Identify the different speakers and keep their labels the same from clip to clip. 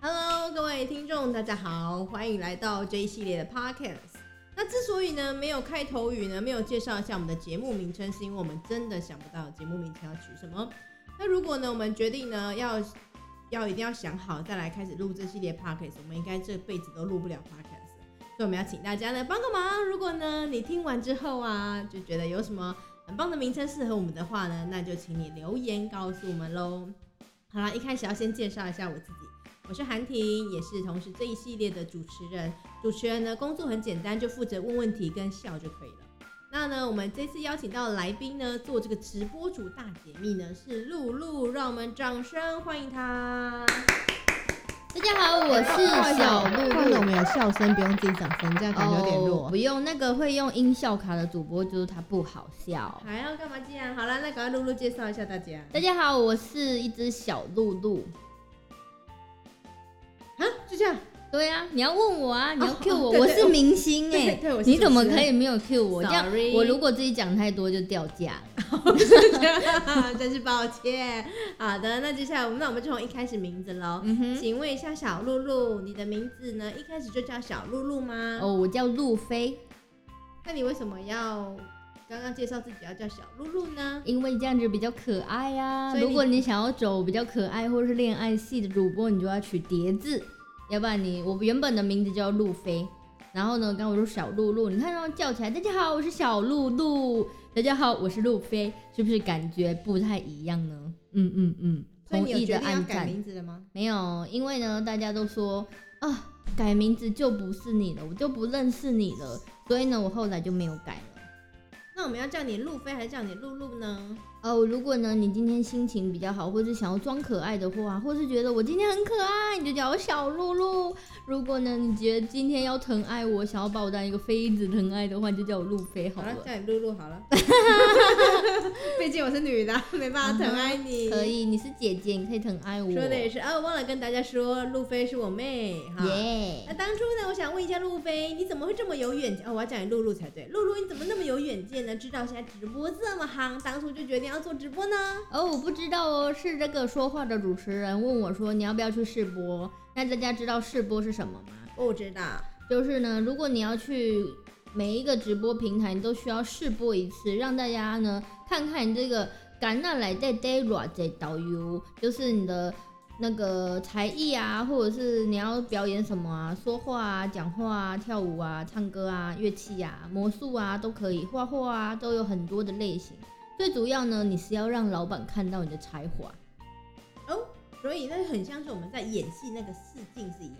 Speaker 1: Hello，各位听众，大家好，欢迎来到这一系列的 Podcast。那之所以呢没有开头语呢，没有介绍一下我们的节目名称，是因为我们真的想不到节目名称要取什么。那如果呢，我们决定呢要要一定要想好再来开始录这系列 Podcast，我们应该这辈子都录不了 Podcast 了。所以我们要请大家呢帮个忙，如果呢你听完之后啊，就觉得有什么很棒的名称适合我们的话呢，那就请你留言告诉我们喽。好啦，一开始要先介绍一下我自己，我是韩婷，也是同时这一系列的主持人。主持人呢，工作很简单，就负责问问题跟笑就可以了。那呢，我们这次邀请到的来宾呢，做这个直播主大解密呢，是露露，让我们掌声欢迎她。
Speaker 2: 大家好，我是小
Speaker 1: 看
Speaker 2: 露
Speaker 1: 我
Speaker 2: 露。
Speaker 1: 们有笑声，不用自己掌声，这样感觉有点弱。
Speaker 2: 不哦用那个会用音效卡的主播，就是他不好笑。
Speaker 1: 还要干嘛这样？好啦，那赶快露露介绍一下大家。
Speaker 2: 大家好，我是一只小露露。
Speaker 1: 啊，就这 样。
Speaker 2: 对啊，你要问我啊，你要
Speaker 1: 哦
Speaker 2: Q 我，
Speaker 1: 对
Speaker 2: 我
Speaker 1: 对
Speaker 2: 是明星
Speaker 1: 对
Speaker 2: 哎
Speaker 1: 对，我是
Speaker 2: 你怎么
Speaker 1: 主持
Speaker 2: 可
Speaker 1: 人
Speaker 2: 以没有 Q 我？这样
Speaker 1: Sorry
Speaker 2: 我如果自己讲太多就掉价了。
Speaker 1: 真是抱歉。好的，那接下来我们那我们就从一开始名字喽。
Speaker 2: 嗯哼，
Speaker 1: 请问一下小露露，你的名字呢？一开始就叫小露露吗？
Speaker 2: 哦，我叫路飞，
Speaker 1: 那你为什么要刚刚介绍自己要叫小露露呢？
Speaker 2: 因为这样子比较可爱呀、啊。
Speaker 1: 所以你
Speaker 2: 如果你想要走比较可爱或是恋爱系的主播，你就要取叠字，要不然你我原本的名字叫路飞，然后呢，刚刚我说小露露，你看到叫起来，大家好，我是小露露，大家好，我是路飞，是不是感觉不太一样呢？嗯嗯嗯，
Speaker 1: 所以
Speaker 2: 同
Speaker 1: 你有
Speaker 2: 意
Speaker 1: 决
Speaker 2: 的
Speaker 1: 定要
Speaker 2: 暗
Speaker 1: 改
Speaker 2: 赞，
Speaker 1: 名字了吗？
Speaker 2: 没有，因为呢，大家都说啊，改名字就不是你了，我就不认识你了，所以呢，我后来就没有改了。
Speaker 1: 那我们要叫你路飞还是叫你露露呢？
Speaker 2: 哦，如果呢，你今天心情比较好，或是想要装可爱的话，或是觉得我今天很可爱，你就叫我小露露。如果呢，你觉得今天要疼爱我，想要把我当一个妃子疼爱的话，你就叫我路飞好
Speaker 1: 好
Speaker 2: 了。
Speaker 1: 了，叫你露露好 了。毕竟我是女的，没办法疼爱你。
Speaker 2: 嗯可。以，你是姐姐，你可以疼爱我。
Speaker 1: 说的也
Speaker 2: 耶、
Speaker 1: 是啊，忘了跟大家说，路飞是我妹哈。那当初呢，我想问一下路飞，你怎么会这么有远见？哦，我要讲你露露才对。露露，你怎么那么有远见呢？知道现在直播这么夯，当初就决定要做直播呢？
Speaker 2: 哦，我不知道哦，是这个说话的主持人问我说，你要不要去试播？那大家知道试播是什么吗？
Speaker 1: 哦我知道，
Speaker 2: 就是呢，如果你要去每一个直播平台，你都需要试播一次，让大家呢看看你这个橄榄来在 d a y r 在导游，就是你的那个才艺啊，或者是你要表演什么啊，说话啊、讲话啊、跳舞啊、唱歌啊、乐器啊、魔术啊都可以，画画啊都有很多的类型。最主要呢，你是要让老板看到你的才华。
Speaker 1: 哦，所以那很像是我们在演戏那个试镜是一样。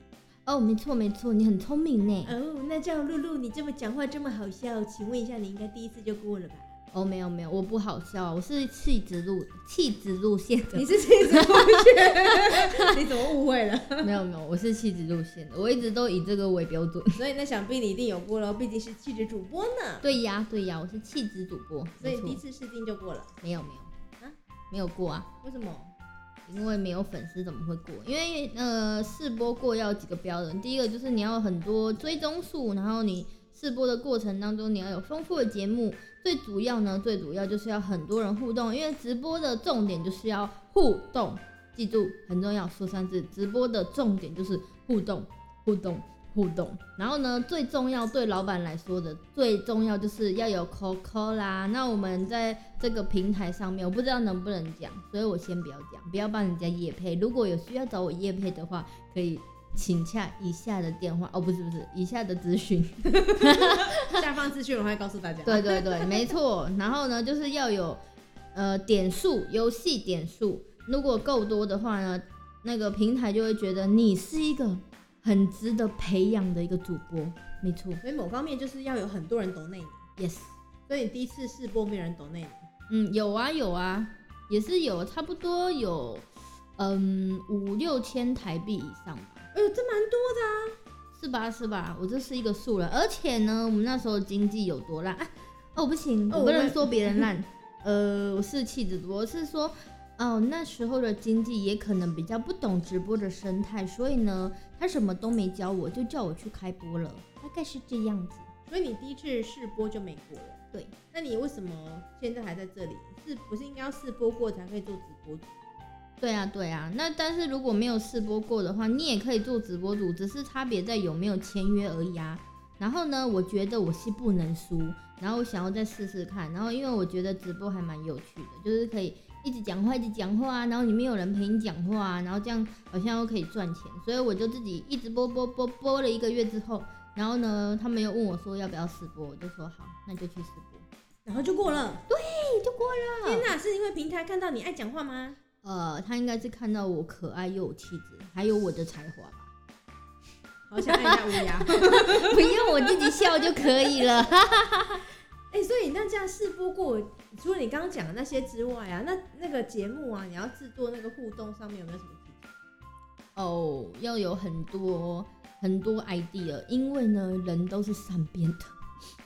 Speaker 2: 哦，没错没错，你很聪明呢。
Speaker 1: 哦，那叫露露，你这么讲话这么好笑，请问一下，你应该第一次就过了吧？
Speaker 2: 哦，没有没有，我不好笑啊，我是气质路气质路线的。
Speaker 1: 你是这种同学， 你怎么误会了？
Speaker 2: 没有没有，我是气质路线的，我一直都以这个为标准。
Speaker 1: 所以那想必你一定有过了，毕竟是气质主播呢。
Speaker 2: 对呀对呀，我是气质主播，
Speaker 1: 所以
Speaker 2: 没错
Speaker 1: 第一次试镜就过了，
Speaker 2: 没有没有
Speaker 1: 啊
Speaker 2: 啊，没有过啊，
Speaker 1: 为什么？
Speaker 2: 因为没有粉丝怎么会过？因为呃试播过要有几个标准，第一个就是你要有很多追踪数，然后你试播的过程当中你要有丰富的节目，最主要呢最主要就是要很多人互动，因为直播的重点就是要互动，记住很重要，说三次，直播的重点就是互动，互动。互动，然后呢，最重要对老板来说的最重要就是要有 COCO 啦。那我们在这个平台上面，我不知道能不能讲，所以我先不要讲，不要帮人家夜配。如果有需要找我夜配的话，可以请洽以下的电话哦，不是不是，以下的咨询。
Speaker 1: 下方资讯我会告诉大家。
Speaker 2: 对对对，没错。然后呢，就是要有呃点数，游戏点数，如果够多的话呢，那个平台就会觉得你是一个很值得培养的一个主播。没错
Speaker 1: 所以某方面就是要有很多人懂内你，
Speaker 2: ，yes，
Speaker 1: 所以你第一次试播没有人懂内你。
Speaker 2: 嗯，有啊有啊，也是有，差不多有嗯五六千台币以上吧。
Speaker 1: 哎呦，这蛮多的。
Speaker 2: 是吧？是吧？我这是一个素人，而且呢，我们那时候经济有多烂啊？哦，不行，
Speaker 1: 哦
Speaker 2: 我不
Speaker 1: 我
Speaker 2: 能
Speaker 1: 们
Speaker 2: 说别人烂。呃，我是气质主播，我是说，哦，那时候的经济也可能比较不懂直播的生态，所以呢，他什么都没教我，就叫我去开播了，大概是这样子。
Speaker 1: 所以你第一次试播就没过了。
Speaker 2: 对，
Speaker 1: 那你为什么现在还在这里？是不是应该要试播过才可以做直播主？
Speaker 2: 对啊，对啊。那但是如果没有试播过的话，你也可以做直播主，只是差别在有没有签约而已啊。然后呢，我觉得我是不能输，然后我想要再试试看。然后因为我觉得直播还蛮有趣的，就是可以一直讲话，一直讲话啊，然后里面有人陪你讲话啊，然后这样好像又可以赚钱，所以我就自己一直播播播播了一个月之后，然后呢，他们又问我说要不要试播，我就说好，那就去试播，
Speaker 1: 然后就过了。啊
Speaker 2: 哎，就过了。
Speaker 1: 天哪，是因为平台看到你爱讲话 吗？
Speaker 2: 呃，他应该是看到我可爱又有气质，还有我的才华吧。
Speaker 1: 好想爱一下乌鸦。
Speaker 2: 不用我自己笑就可以了。
Speaker 1: 哎、所以那这样试播过，除了你刚刚讲的那些之外啊，那那个节目啊，你要制作那个互动上面有没有什么技巧？
Speaker 2: 哦，要有很多很多 idea，因为呢，人都是善变的。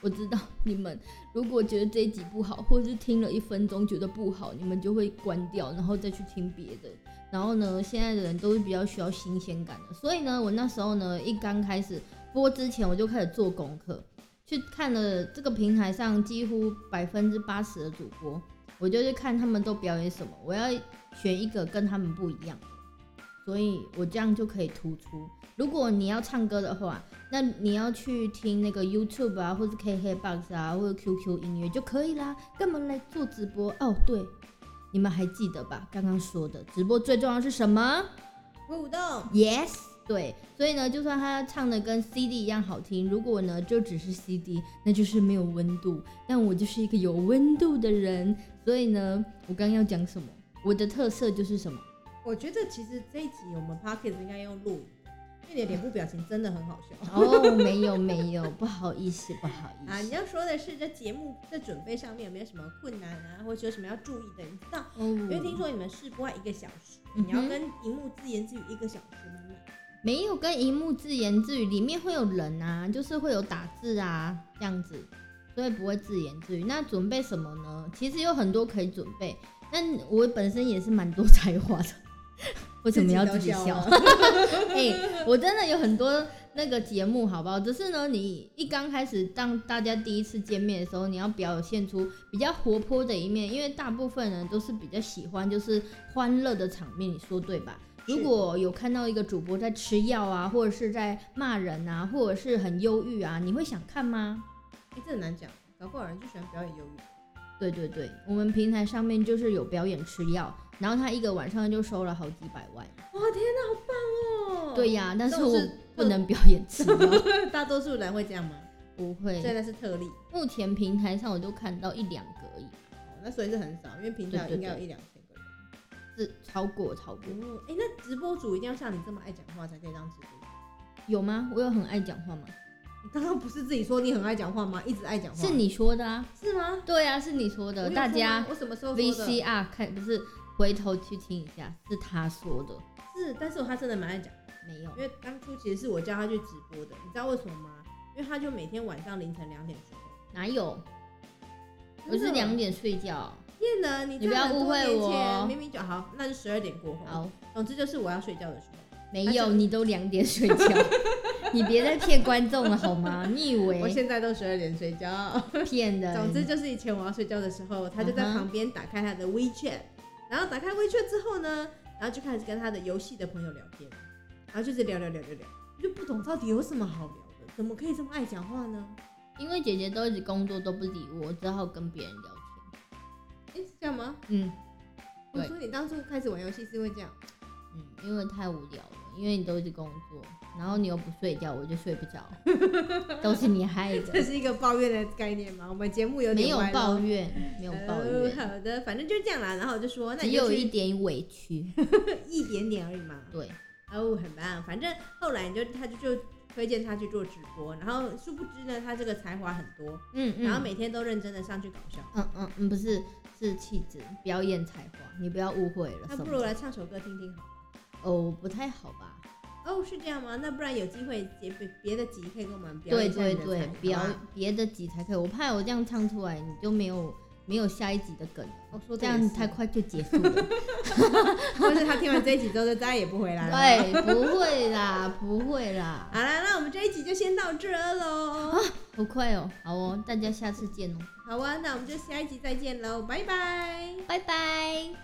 Speaker 2: 我知道你们如果觉得这一集不好，或是听了一分钟觉得不好，你们就会关掉，然后再去听别的。然后呢，现在的人都是比较需要新鲜感的，所以呢，我那时候呢，一刚开始播之前，我就开始做功课，去看了这个平台上几乎百分之八十的主播，我就去看他们都表演什么，我要选一个跟他们不一样的。所以我这样就可以突出。如果你要唱歌的话，那你要去听那个 YouTube 啊，或者 KKBox 啊，或者 QQ 音乐就可以啦。干嘛来做直播？哦，对，你们还记得吧？刚刚说的直播最重要是什么
Speaker 1: 会舞动，
Speaker 2: ？Yes，对。所以呢，就算他唱的跟 CD 一样好听，如果呢就只是 CD，那就是没有温度。但我就是一个有温度的人，所以呢，我刚刚要讲什么？我的特色就是什么？
Speaker 1: 我觉得其实这一集我们 p o c k e t 应该用录影，因为你的脸部表情真的很好笑。
Speaker 2: 哦，没有没有，不好意思，不好
Speaker 1: 啊，
Speaker 2: 意
Speaker 1: 你
Speaker 2: 思。
Speaker 1: 要说的是这节目在准备上面有没有什么困难啊，或者有什么要注意的？你知道，因为听
Speaker 2: 哦，
Speaker 1: 说你们试播要一个小时，
Speaker 2: 嗯哼
Speaker 1: 你要跟荧幕自言自语一个小时吗？
Speaker 2: 没有跟荧幕自言自语，里面会有人啊，就是会有打字啊这样子，所以不会自言自语。那准备什么呢？其实有很多可以准备，但我本身也是蛮多才华的。 为什么要自己
Speaker 1: 都
Speaker 2: 笑？
Speaker 1: 了？
Speaker 2: 哎、我真的有很多那个节目，好不好？只是呢，你一刚开始当大家第一次见面的时候，你要表现出比较活泼的一面，因为大部分人都是比较喜欢就是欢乐的场面，你说对吧？
Speaker 1: 是
Speaker 2: 如果有看到一个主播在吃药啊，或者是在骂人啊，或者是很忧郁啊，你会想看吗？
Speaker 1: 哎这很难讲，搞不好有人就喜欢表演忧郁。
Speaker 2: 对对对，我们平台上面就是有表演吃药，然后他一个晚上就收了好几百万。
Speaker 1: 哇，天哪，好棒哦！
Speaker 2: 对，呀、但
Speaker 1: 这
Speaker 2: 是
Speaker 1: 种
Speaker 2: 我
Speaker 1: 是
Speaker 2: 不能表演吃药，
Speaker 1: 大多数人会这样吗？
Speaker 2: 不 会
Speaker 1: 所。以那是特例。
Speaker 2: 目前平台上我就看到一两个而已，
Speaker 1: 哦，那所以是很少，因为平常
Speaker 2: 对对
Speaker 1: 应该有
Speaker 2: 对
Speaker 1: 一两千个人。
Speaker 2: 是超过超过
Speaker 1: 哦，哎、那直播主一定要像你这么爱讲话才可以当直播主？
Speaker 2: 有吗？我有很爱讲话吗？
Speaker 1: 你刚刚不是自己说你很爱讲话吗？一直爱讲话，
Speaker 2: 是你说的啊？
Speaker 1: 是吗？
Speaker 2: 对啊，是你说
Speaker 1: 我有
Speaker 2: 的。
Speaker 1: 说
Speaker 2: 大
Speaker 1: 吗
Speaker 2: 家
Speaker 1: 我什么时候说的？
Speaker 2: VCR 看不是回头去听一下，是他说的，
Speaker 1: 是，但是他真的蛮爱讲，
Speaker 2: 没有
Speaker 1: 因。为当初其实是我叫他去直播的，你知道为什么吗？因为他就每天晚上凌晨两点睡。
Speaker 2: 哪有？我是两点睡觉。
Speaker 1: 夜呢，你
Speaker 2: 你不要
Speaker 1: 在很多
Speaker 2: 误会
Speaker 1: 年
Speaker 2: 我
Speaker 1: 前
Speaker 2: 哦
Speaker 1: 明明就好，那就十二点过后。
Speaker 2: 好，
Speaker 1: 总之就是我要睡觉的时候，
Speaker 2: 没
Speaker 1: 而
Speaker 2: 有，
Speaker 1: 且
Speaker 2: 你都两点 睡觉，你别再骗观众了好吗？你以
Speaker 1: 我
Speaker 2: 为
Speaker 1: 现在都十二点睡觉。
Speaker 2: 骗的？
Speaker 1: 总之就是以前我要睡觉的时候，他就在
Speaker 2: 嗯哼
Speaker 1: 旁边打开他的 WeChat，然后打开 WeChat 之后呢，然后就开始跟他的游戏的朋友聊天，然后就是聊聊聊聊聊，我就不懂到底有什么好聊的，怎么可以这么爱讲话呢？
Speaker 2: 因为姐姐都一直工作都不理我，我只好跟别人聊天。
Speaker 1: 哎、是这样吗？
Speaker 2: 嗯。
Speaker 1: 我
Speaker 2: 对
Speaker 1: 说你当初开始玩游戏是因为这样，
Speaker 2: 嗯，因为太无聊了，因为你都一直工作，然后你又不睡觉，我就睡不 着，都是你害
Speaker 1: 这
Speaker 2: 的。
Speaker 1: 是一个抱怨的概念吗？我们节目有
Speaker 2: 没
Speaker 1: 点
Speaker 2: 有
Speaker 1: 歪
Speaker 2: 抱
Speaker 1: 了。
Speaker 2: 怨，没有抱
Speaker 1: 哦
Speaker 2: 怨，
Speaker 1: 好的，反正就这样啦。然后我就说，那
Speaker 2: 只
Speaker 1: 你就
Speaker 2: 有一
Speaker 1: 去
Speaker 2: 点委屈。
Speaker 1: 一点点而已嘛。
Speaker 2: 对，
Speaker 1: 哦，很棒。反正后来你就他就就推荐他去做直播，然后殊不知呢，他这个才华很多，
Speaker 2: 嗯
Speaker 1: 然后
Speaker 2: 嗯，
Speaker 1: 每天都认真的上去搞笑。
Speaker 2: 嗯嗯嗯，不是，是气质、表演才华，你不要误会了。
Speaker 1: 那不
Speaker 2: 什么
Speaker 1: 如
Speaker 2: 的
Speaker 1: 来唱首歌听听好了。
Speaker 2: 哦，不太好吧？
Speaker 1: 哦，是这样吗？那不然有机会别别别的集可以跟我们表
Speaker 2: 对
Speaker 1: 演一下
Speaker 2: 对
Speaker 1: 你的才
Speaker 2: 对，
Speaker 1: 华
Speaker 2: 表别的集才可以，我怕我这样唱出来，你就没有没有下一集的梗了，
Speaker 1: 哦，说
Speaker 2: 这
Speaker 1: 得也
Speaker 2: 样
Speaker 1: 是
Speaker 2: 太，快就结 束了。
Speaker 1: 或是他听完这一集之后就再也不回来了。
Speaker 2: 对，不会啦，不会啦。
Speaker 1: 好啦，那我们这一集就先到这儿喽。
Speaker 2: 好快哦，好哦，大家下次见哦，
Speaker 1: 好啊，那我们就下一集再见喽，拜拜。
Speaker 2: 拜拜。